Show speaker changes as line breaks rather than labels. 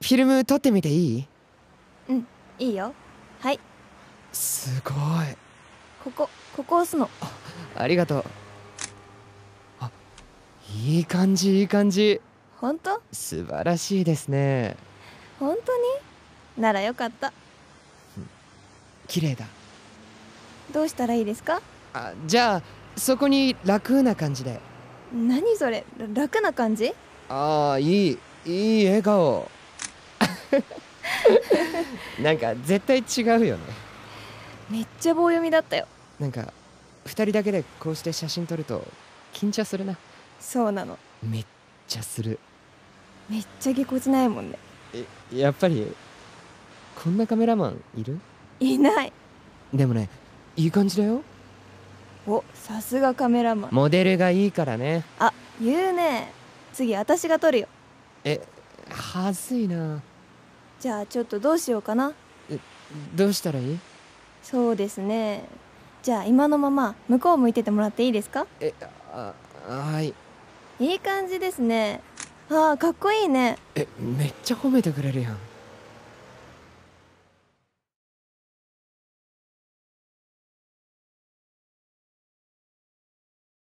フィルム撮ってみていい
いいよはい
すごい
ここここ押すの
ありがとうあいい感じいい感じ
本当
素晴らしいですね
本当にならよかった
綺麗だ
どうしたらいいですか
あじゃあそこに楽な感じで
何それら楽な感じ
ああいいいい笑顔 なんか絶対違うよね
めっちゃ棒読みだったよ
なんか2人だけでこうして写真撮ると緊張するな
そうなの
めっちゃする
めっちゃぎこちないもんね
えやっぱりこんなカメラマンいる
いない
でもねいい感じだよ
おさすがカメラマン
モデルがいいからね
あ言うね次私が撮るよ
えはずいな
じゃあちょっとどうしようかな
どうしたらいい
そうですねじゃあ今のまま向こう向いててもらっていいですか
えあはい
いい感じですねあーかっこいいね
えめっちゃ褒めてくれるやん